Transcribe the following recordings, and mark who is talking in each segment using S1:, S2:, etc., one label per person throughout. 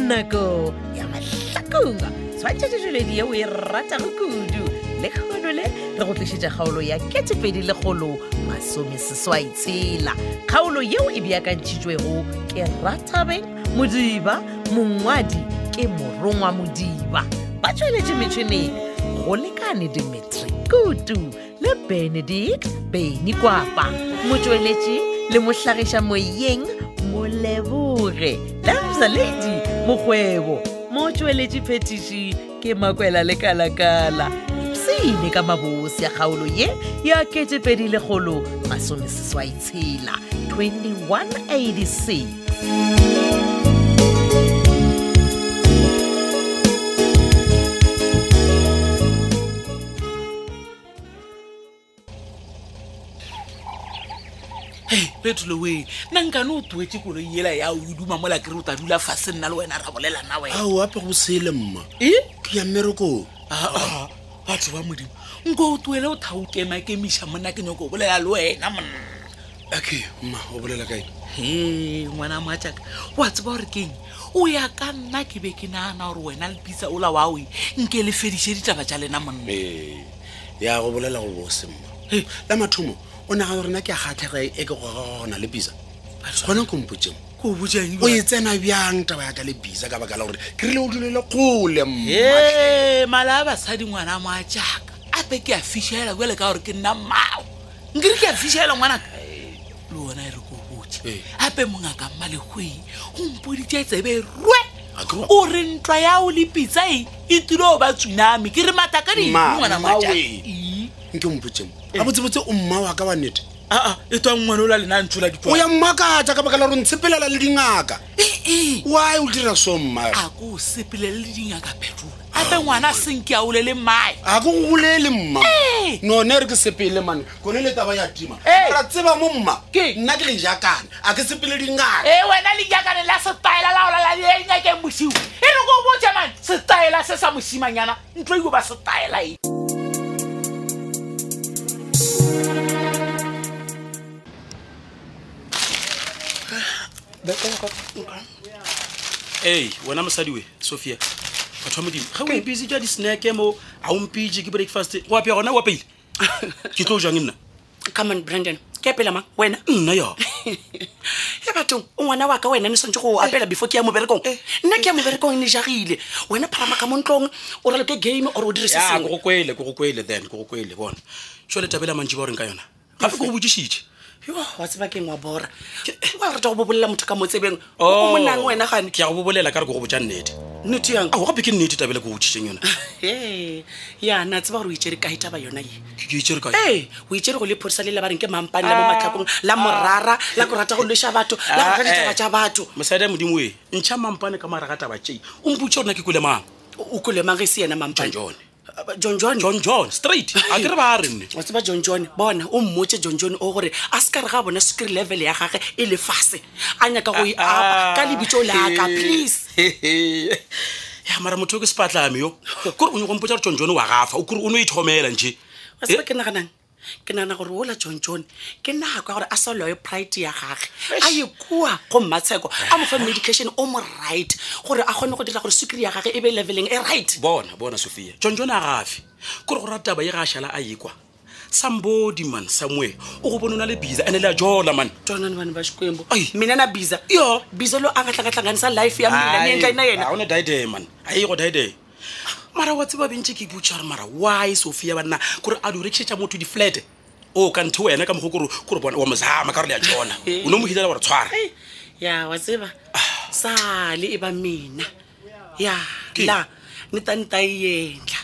S1: kgolo ya mahlakong tshwantšhetšetšo ledi yeo e ratago kudu le kgono le re go tlišitše kgaolo ya ketepedi lekgolo masomeseswai tshela kgaolo yeo e beakantšhitšwego ke ratabeng modiba mongwadi ke morongwa modiba ba tšweletše metšhineng go lekane dimetri kutu le benedict beny kwapa motšweletši le mohlagiša moyeng moleboge lamsa lady mokgwebo mo tšweletše phetiši ke makwela le kalakala ipsene ka mabosi a kgaolo ye ya ketepedi lekgolo masomeseswai tshela 2186
S2: hei petoloe nna nkane o toetse koloi ela ya o duma mola kere o tla dula fase nna le wena ra bolela na wena
S3: ao ape go sele mma
S2: e
S3: ke ya mmerekong
S2: Ah, batho ba modimo nko o tuele o thaokema kemiša monna ke nyoko o bolela le wena monna
S3: okay mma o bolela kae
S2: he ngwana maatšaka wa tseba gore ke eng o ya ka nna ke be ke nagana gore wena le pitsa ola wa oe nke le fediše ditaba tša lena monna
S3: ee ya go bolela go bose mma
S2: Hei.
S3: la mathomo o naga gorena ke a kgatlhega e ke goga gona le bisa gona kompotseng
S2: ko o bojang
S3: o e tsena bjang taba ya ka le bisa ka baka la gore ke rile o dulele kgole mma
S2: ee mala a basadi ngwana moa jaaka ape ke a fišhela bjale ka gore ke nna mmao nkere ke a fišhela ngwanaka le ona e re ko botse
S3: Ee.
S2: ape mongaka mmalegoi o mpoditše tsebe rwe
S3: A ke wa-
S2: o re ntwa yao le pitsa e e tile o ba tsunami ke re mata ka ding
S3: Ma-
S2: ngwana
S3: mma
S2: moajaka
S3: wee. nke mpotseng
S2: Ee.
S3: a botsebotse o mma wa ka wa nnete
S2: aa e twang ngwana o la lena ntshola
S3: o ya mmakatsa ka baka la gore ntshepelela le dingaka
S2: ee
S3: wy o dira so mma
S2: a ko o sepelele le dingaka phetola ape ngwana a senke a ole le mae
S3: a ke go golele mma
S2: Ee.
S3: none re ke sepele mane kone le taba ya tima
S2: Ee.
S3: ra tseba mo mma
S2: Ke?
S3: nna ke lejakane a ke sepele dingaka
S2: e wena lejakane la setaela la olala le nyakeng mosiu e re ko botse man setaela se sa mosimanyana ntlo io ba setaela e
S4: ee wena mosadi we sophia batho ba modimo ga o mpitse ka di-snacke mo ga o mpitse ke breakfast o apea gona o apeile ke tlo o jang nna
S5: common brandon ke apela mang wena
S4: nna ya
S5: e batong o ngwana wa ka wena ne swantse go
S4: Eh.
S5: apela before ke ya moberekong nna ke ya moberekong ne jagile wena phalama ka mo ntlong o raloke game ore o dirise
S4: Ya, ke
S5: sengwe
S4: go kwele ke go kwele then ke go kwele bona sole tabela mantši ba goreng ka yona gape ke go botsišitše
S5: Yo, wa tseba keng wa bora wa rata go bobolela motho ka mo tsebeng o
S4: Oh.
S5: monang wena gane
S4: ke ya go bobolela ka re ke go botsa nnete
S5: noto yang
S4: ao gape ke nnete tabela ke go botsišeng yona
S5: e ya na tseba gore o itsere kae taba yona e
S4: ke ke itsere ka
S5: ee o itsere go le phodisa le le bareng ke mampane la mo
S4: Ah.
S5: matlhakong la morara la go rata go lwesa batho la go rata
S4: eh.
S5: ditaba tsa batho
S4: mosadi ya modimo e ntšha mampane ka maraga taba tšei o mputse gorena ke kule mang
S5: o kolemang ge se yena mampane
S4: John John.
S5: john john
S4: john john straight a ke re ba a re nne
S5: wa tseba john john bona o mmotse john john o gore a se ka re ga bona screen level ya gage e le fase a nyaka go e apa ka lebitso laka please
S4: ya mara motho o ke sepatlame yo kore o nyako mpotsa gore tsontsone wa gafa o kore o ne o ithomela nje
S5: wa
S4: Eh,
S5: tseba ke naganang ke nagana gore ola john john ke nako ya gore a sa loe pride ya gage a ye kua go mmatsheko a mofa medication o mo right gore a kgone go dira gore sukiri ya gage e be leveleng e right
S4: bona bona sophia tsontsone a gafe kore gore a taba ye ga a šhala a ekwa somebody man somewhere o go bone o na le bisa ande le a jola man
S5: jonane bane ba xikwembu
S4: Ai.
S5: mina na biza yo biza lo a nga tlhangatlhanganisa life ya mina e ni endla na yena
S4: one dide man a ye go dide mara wa tseba bentse ke butša gore mara why sophia banna kore a direkišetša motho di-flat o kante wena ka mokgo kore kore bona wa mozama ka gore le a jona o ne o mo hilela gore tshwara
S5: Ai, ya wa tseba sale e ba mina ya
S4: Ke?
S5: la ne ta ne ta e endla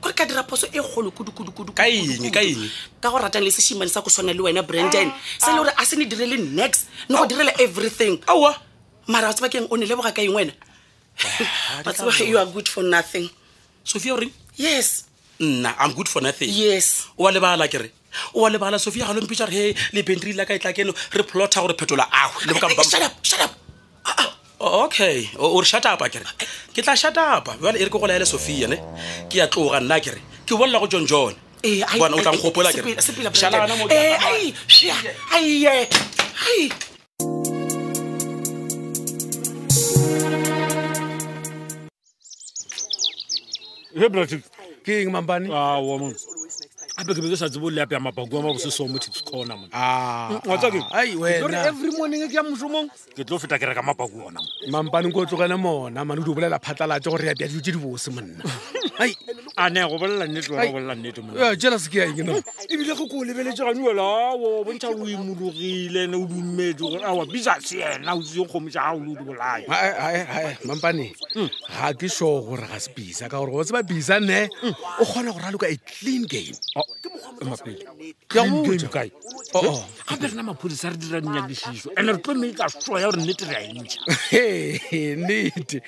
S5: kore ka dira phoso e kgolo kudukudukudu
S4: Ka eng, ka eng?
S5: ka go ratang le sešimane sa go tshwana le wena brandon se le gore a se ne direle next ne go direla everything
S4: aowa
S5: mara wa tseba keng o ne leboga ka eng wena
S4: Ah,
S5: wa tseba ge you are good for nothing
S4: sophia o reng
S5: yes
S4: nna i'm good for nothing
S5: yes
S4: o wa lebala kere o wa lebala sophia ga lompitša re he lebentry la ka e tla keno re plota gore phetola agwe le
S5: Hey, hey, Eh, shut up shut up
S4: okay o o re shatapa kere ke tla shatapa bale e re ke go laele sophia ne ke ya tloga nna kere ke bolela go john john
S5: Eh, ai,
S4: bona o
S5: ai,
S4: tla
S5: ai,
S4: nkgopola
S5: sepela- sepela,
S4: kereana
S5: Brandon. Eh, ai, shia, ai, eh, ai.
S6: he bratic
S3: ke eng mampane
S6: awa mona gape ke be ke sa tsebo leape ya mabako a mabose seo mo tips corner mona wa tsa ke
S3: ai
S6: Lore
S3: wena
S6: every morning ke ya mosomong ke tlo feta ke reka mabako ona mo
S3: mampane ko o tlogele mona mane o di o bolela phatlalatse gore ya bea dilo tse di bose monna ai
S6: a ne go bolela nnete wena
S3: Ai.
S6: go bolela nnete mo
S3: eh, jealous ke yang eno
S6: Eh, ebile go ko o lebeletse gane ela ao bontsha o imologile ne o dumetse gore ah, aa bisa se ena o tsie kgomo sa gago le o di bolaya
S3: Ai, ai, ai, mampane
S4: Mm.
S3: ga ke sure gore ga se bisa ka gore go tseba bisa nne
S4: Mm.
S3: o kgona go raloka a clean game
S4: Oh,
S3: Ke a botša.
S6: kae
S3: Oh, oh.
S6: gape rena maphodisa re dira dinyakesiso and-e re tlo meetla soa ya gore nnete re a e entšha
S3: Hey, nnete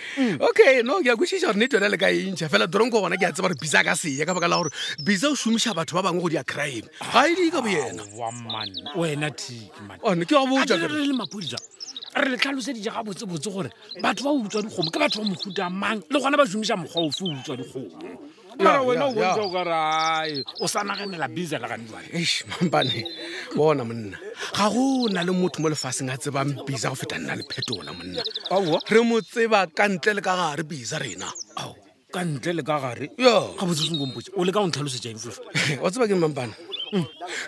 S3: okay no ke a kwešiša gore nnete yone le ka entšha fela doronko gona ke a tseba gore bisa ka seye ka baka la gore bisa o šomiša batho ba bangwe go dia crime ga e dika bo yena
S6: Ah, wa man wena tiki man
S3: one ke a botsa
S6: Akere re le maphodisa re le tlhalosedije ga botsebotse gore batho ba utswa dikgomo ke batho ba mohuta mang le gona ba somisa mokgwa ofe o utswa dikgomo mara
S3: Ya, ya,
S6: wena o bontsa
S3: ya.
S6: o kare ae o sa naganela bisa le gane jale
S3: eish mampane bona monna ga go na le motho mo lefatsheng a tsebang bisa go feta nna le phetola monna
S6: Aowa.
S3: re mo tseba ka ntle le ka gare bisa rena
S6: ao ka ntle le ka gare
S3: Yo.
S6: ga botse senkompotse o le ka go ntlhalosetsa eng fofa
S3: wa tseba ke mampane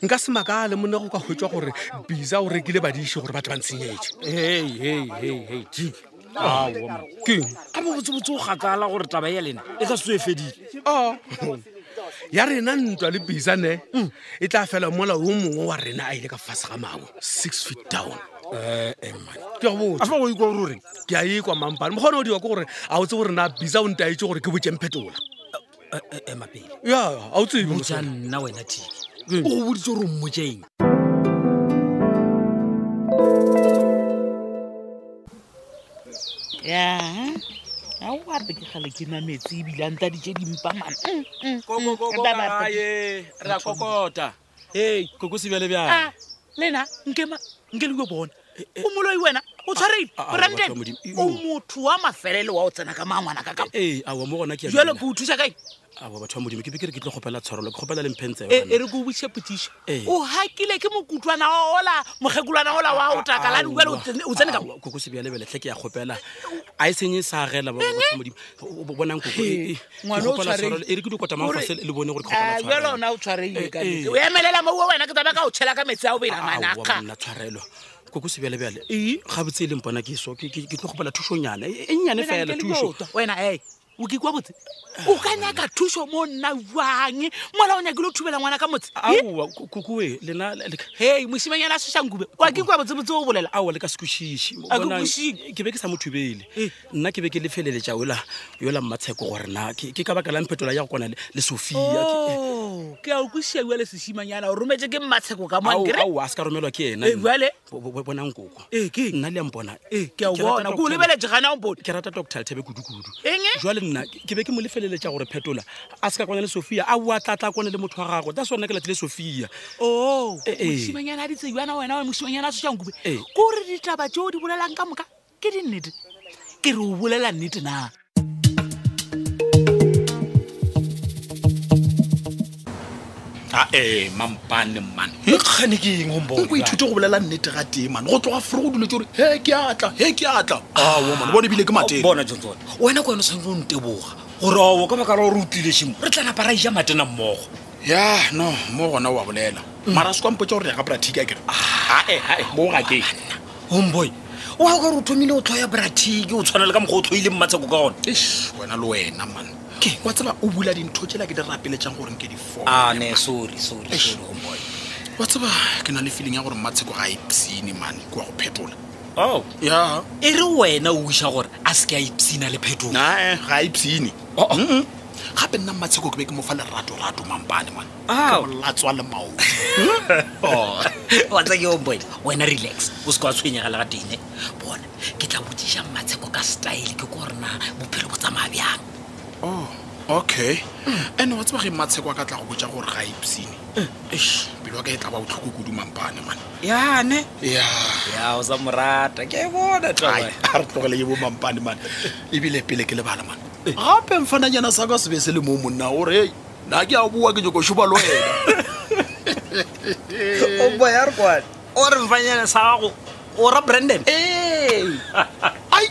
S3: nka se maka le monna go ka hwetswa gore bisa o rekile badiši gore batho ba ntshenyetse
S6: hei hei hei hei tiki Ah, ao man
S3: keng
S6: gape botsebotse o gakala gore taba ya lena e ka seo e fedile
S3: Oh. ya rena ntwa le bisa ne
S4: Mm.
S3: e tla fela mola o mongwe wa rena a ile ka fase ga mangwe six feet down
S4: Eh,
S3: ke go
S6: a
S3: botsa
S6: fa o ikwa gore oreng
S3: ke a ekwa mampane mokgone o diwa ke gore a o tse gore na bisa o nte a itse gore ke botsengphetola
S4: Eh,
S6: emapele
S3: ya a o tsebe
S6: moja nna wena tiki o go boditse gore o mmoja eng
S5: yaa ao ape ke gale ke nametsi ebile a nta dije dimpa mana mm,
S4: kokokokokae re a kokota e koko sebjale
S5: Ah,
S4: bjang
S5: lena nkema nke le ko bona o moloi wena o tshwareile
S4: Eh, Ah, ah,
S5: orante
S4: batho ba Modimo. Eh, Io.
S5: o motho wa mafelelo wa o tsena ka mangwana ka kapo
S4: ee aowa mo gona ke a
S5: jalo
S4: dumela.
S5: ke o thusa kae
S4: aowa batho ba modimo ke be ke re ke tlo kgopela tshwarelo ke kgopela lemphentseo
S5: e e re ko botse potiso
S4: Eh.
S5: o hakile ke mokutlwana wa ola mokgekolwana ola wa o
S4: Ah,
S5: takalane jale o tsene- o tsene ka Eh,
S4: koko sebjalebele tlhe ke a kgopela a e senye sa agela modimo O- o bonang koko e- e- ke
S5: Ngwana o
S4: kgopela
S5: tshwarehile.
S4: tshwarelo. e re ke dikotamafase le bone gore ke kgopela
S5: Ah, jalo
S4: tshwarelo.
S5: ona o tshwareile ka
S4: Eh,
S5: nnete.
S4: eh. Ah,
S5: o emelela moo wena ke tsaba ka o tšhela ka metsi a o bela
S4: Aowa,
S5: manaka Eh?
S4: monna tshwarelo koko sebjalebjale e gabotse e leng bona ke so ke ke- ke tlo kgopela thusonyana e e nnyane fela thuso
S5: wena e o ke kwa botse o ka nyaka thuso mo nna jang mola o nyakile o thubela ngwana ka motse He?
S4: aowa kokoe lena le- le-
S5: hei mosimanyana a seshankube wa ke kwa botsebotse o bolela
S4: aowa le ka se kwešiše
S5: A ke
S4: Bona,
S5: kwešiše.
S4: ke be ke sa mo thubele
S5: Eh.
S4: nna ke be ke lefeleletša yola yola mmatsheko gore na ke ke ka baka la mphetola ya go kwana le le sophia Ke-
S5: Oh, ke a o kwesiaua le sesimanyana o rometse ke mmatsheko ka
S4: Ao,
S5: monkere
S4: ao, eh, a se ka romelwa ke ena
S5: Eh, jwale?
S4: bonang koko
S5: Eh, ke eng?
S4: nna le yampona
S5: ee ke a o bona ko o lebeletse gana ompone
S4: ke rata doctor lethebe kudu-kudu
S5: Eng e?
S4: jale nna ke ke be ke mo lefeleletša gore phetola a se ka kwana le sophia a oa tla tla kwana le motho wa gagwe ta sona ke latile sophia
S5: o
S4: Eh, eh.
S5: mosimanyana a ditseiwana wena wa mosimanyana a soshankube
S4: Eh.
S5: kore ditaba tseo di bolelang ka moka ke dinnete ke re o bolela nnete na
S4: ae mampane man
S3: kgane ke eng
S4: O ko ithute
S3: go bolela nnete ga tee mane go tloga fore go dule ke gore he ke atla he ke atla aomane bone ebile ke
S6: bona johnson wena ko wena o tshwanetse o nteboga gore ao ka baka la gore o tlile šimo re tla napa ra ija matena mmogo
S3: ya no mo gona o a bolela mara se kwampotsa gore ya ga pratic a kere
S7: Eh,
S4: mo ga ke
S6: homeboy o a gore o thomile o tlhoya bratiki o tshwana le ka mokgwa o tlhoile mmatsheko ka gone
S3: wena le wena man wa tseba o bula dintho tsela ke di rapeletšang gore nke di-four
S6: a Ah, ne sorry sorry sorry homeboy
S3: wa tseba ke na le feeling ya gore matsheko ga e psene mane ke wa go phetola
S6: o
S3: ya
S6: e re wena o iša gore a se ke a ipsina le Oh, phetogo
S3: nae ga e psene Mm-mm. gape nna matsheko ke be ke mo fa leratorato mampane mane
S6: Ao.
S3: molatswa le maoto
S6: watsa ke homeboy wena relax o se ke wa tshwenyega le ga tene eh? bona ke tla botsiša mmatsheko ka style ke ko gorena bophelo bo tsamaya bjang
S3: oh okay and wa tseba ge matsheko a ka tla go botsa gore ga e psene Eish, pelo wa ka e tla ba botlhoko kudu mampane mane
S6: yane
S3: ya
S6: ya o sa morata ke e bona
S3: Ai,
S6: taba
S3: a re tlogele ye bo mampane mane ebile pele ke lebala mane
S7: Eh.
S3: gape mfananyana sa ka se be se le mo monna gore na ke a boa ke nyoko šoba le wena
S6: homeboy a re kwane o re mfanyane sa gago o ra branden
S3: ai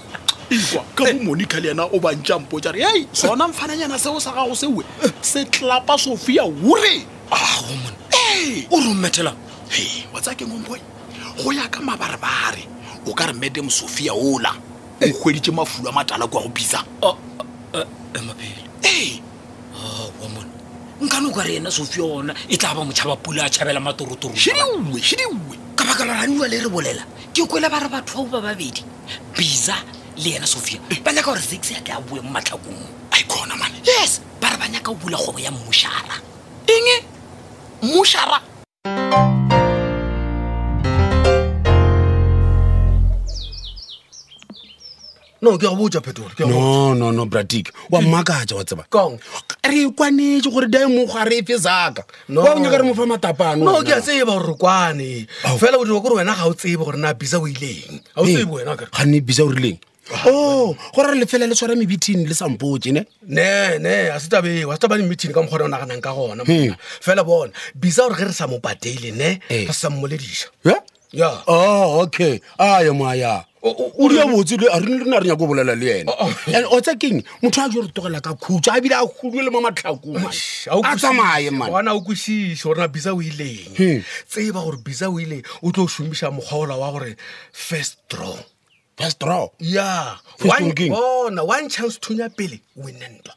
S7: ikwa ka bo monica le yena o bantša mpotša re ei sona mfananyana seo sa gago sewe se tlapa sophia ore
S3: ao mone o rometela
S7: he wa tsaya keng ompoi go ya ka mabarebare o ka re madam sophia ola o
S3: Eh.
S7: hweditše mafulo a matala kua go bisa
S3: emapele
S7: ee
S3: aowa mone nkane o ka re ena sofia ona e tla ba motšhaba pula a tšhabela matorotoro
S7: šediwe šediwe
S3: ka baka la ranua le re bolela ke kwele ba re batho bao ba babedi bisa le yena sophia ba nyaka gore sexi a ke a boe mo matlhakong
S7: a ikhona mane
S3: yes ba re ba nyaka o bula kgobo ya mmošara
S7: eng mošara
S4: no ke a botja phetore ke a botja.
S3: no no no bratic wa mmakatša wa tseba
S4: Kang?
S3: re kwanetse gore daemokgo a re efe e zaka
S4: No.
S3: wa o nyaka re mofa matapano
S4: no
S3: wena.
S4: ke a tseba gore kwane fela o dira kore wena ga o tsebe gore na bisa o ileng ga o
S3: Ee, Oh.
S4: tsebe wena ka "Ah."
S3: ganne bisa o rileng o gore re lefela le tshwara mebetine le sampotse ne
S4: ne ne a se tabeo a se taba le meeting ka mokgwa o naganang ka gona
S3: Ee.
S4: monna. fela bona bisa gore ge re sa mo patele ne
S3: Eh.
S4: re sa mmolediša
S3: Yeah?
S4: ya
S3: Oh, okay aya moaya
S4: O- o-
S3: o dia botse le- a re rena re nyako bolela le ena
S4: Oh, oh.
S3: and o tsa keng motho a jo re togela ka khutso a bile a hudwe le mo matlhakong man. a tsamaye man
S4: wana o kwešiše gorena bisa o
S3: Hmm.
S4: ileng tseba gore bisa o ile o tlo o šomiša mokgwaola wa gore first draw
S3: first draw
S4: ya
S3: First on king.
S4: bona one chance thunya pele winentwa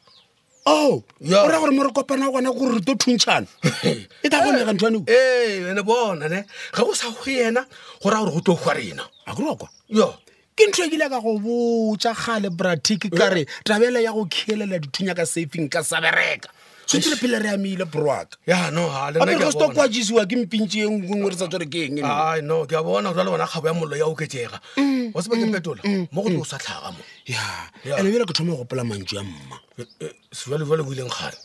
S3: oh
S4: Yeah.
S3: o ra gore mo re kopana gona gore re to thuntšhana e tla gonega ntho aneo
S4: ee ene Eh, bona ne ga go sa go yena go raya gore go tlo gwa rena
S3: a kerokwa
S4: yo
S3: ke ntho e kile ka go botsa gale bratic ka re tabela ya go kgelela dithunya ka saving ka sa bereka so tsele phele re amile borwaka
S4: ya no ha, le nna
S3: ape
S4: ke
S3: ka
S4: a
S3: se to
S4: bona.
S3: kwajisiwa ke mpintši e nngwe re sa tsware ke eng eno?
S4: Ai, no ke a bona gore jale bona kgabo ya mollo ya oketsega wa seba ke phetola mo go tlo o sa tlhaga mo
S3: ya
S4: Yeah.
S3: ande bjale ke thoma go gopola mantso ya mma
S4: eh, sejwalejwale o ileng kgale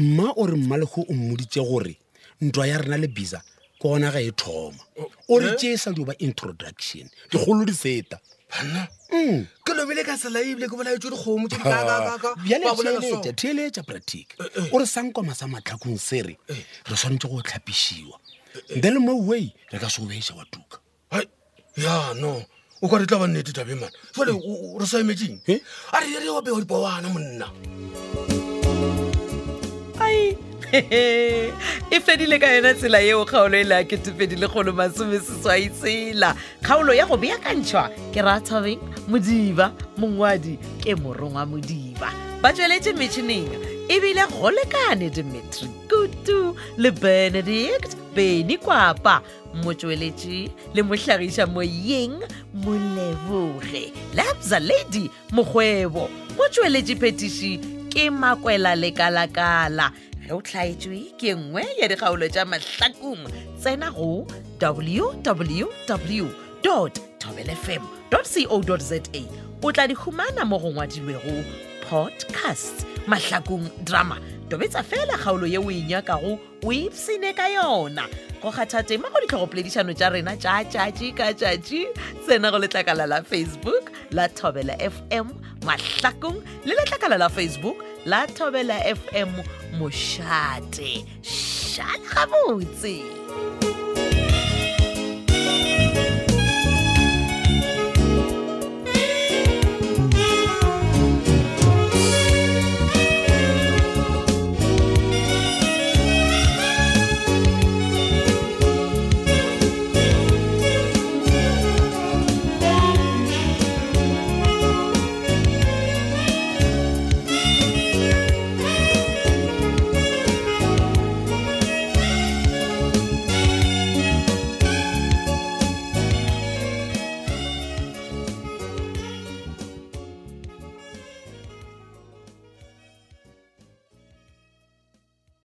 S3: mma o re mmalego o mmoditse gore ntwa ya rena le bisa ke ona ga e thoma o
S4: eh?
S3: re tee sa dio ba introduction dikgolo di feta
S4: banna
S3: Mm.
S4: ke lobile ka sela ebile ke bolaetse dikgomo tse
S3: Ah, bjale theeletša
S4: dikakakaka
S3: theeletša pratic
S4: Eh,
S3: o re sankoma sa matlhakong se re re tshwanetse go tlhapišiwa
S4: Eh,
S3: then mo way re ka se o beša wa tuka
S4: ya no o ka re tla ba nnete tabe mana jale o- o- re sa emetseng
S3: Eh?
S4: a re re opeo dipowana monna
S1: ai e fedile ka yona tsela yeo kgaolo e le a ketefedile kgolo masomeseswai tsela kgaolo ya go beakantšhwa ke rathabeng modiba mongwadi ke morongwa modiba ba tsweletše metšhineng ebile go lekane dimitri kutu le benedict beny kwapa motsweletši le mohlagiša moyeng moleboge lapza lady mokgwebo motsweletši phetiši ke makwela lekala-kala ge o tlhaetswe ke nngwe ya dikgaolo tša mahlakong tsena go www tobelfm co za o tla di humana mo go ngwadilwego podcast mahlakong drama tobetsa fela kgaolo ye o e nyakago o ipsene ka yona go kgatha tema go ditlhogopoledišano tša rena tša tšatši ka tšatši tsena go letlakala la facebook la thobela fm mahlakong le letlakala la facebook la thobela fm mošate šala gabotse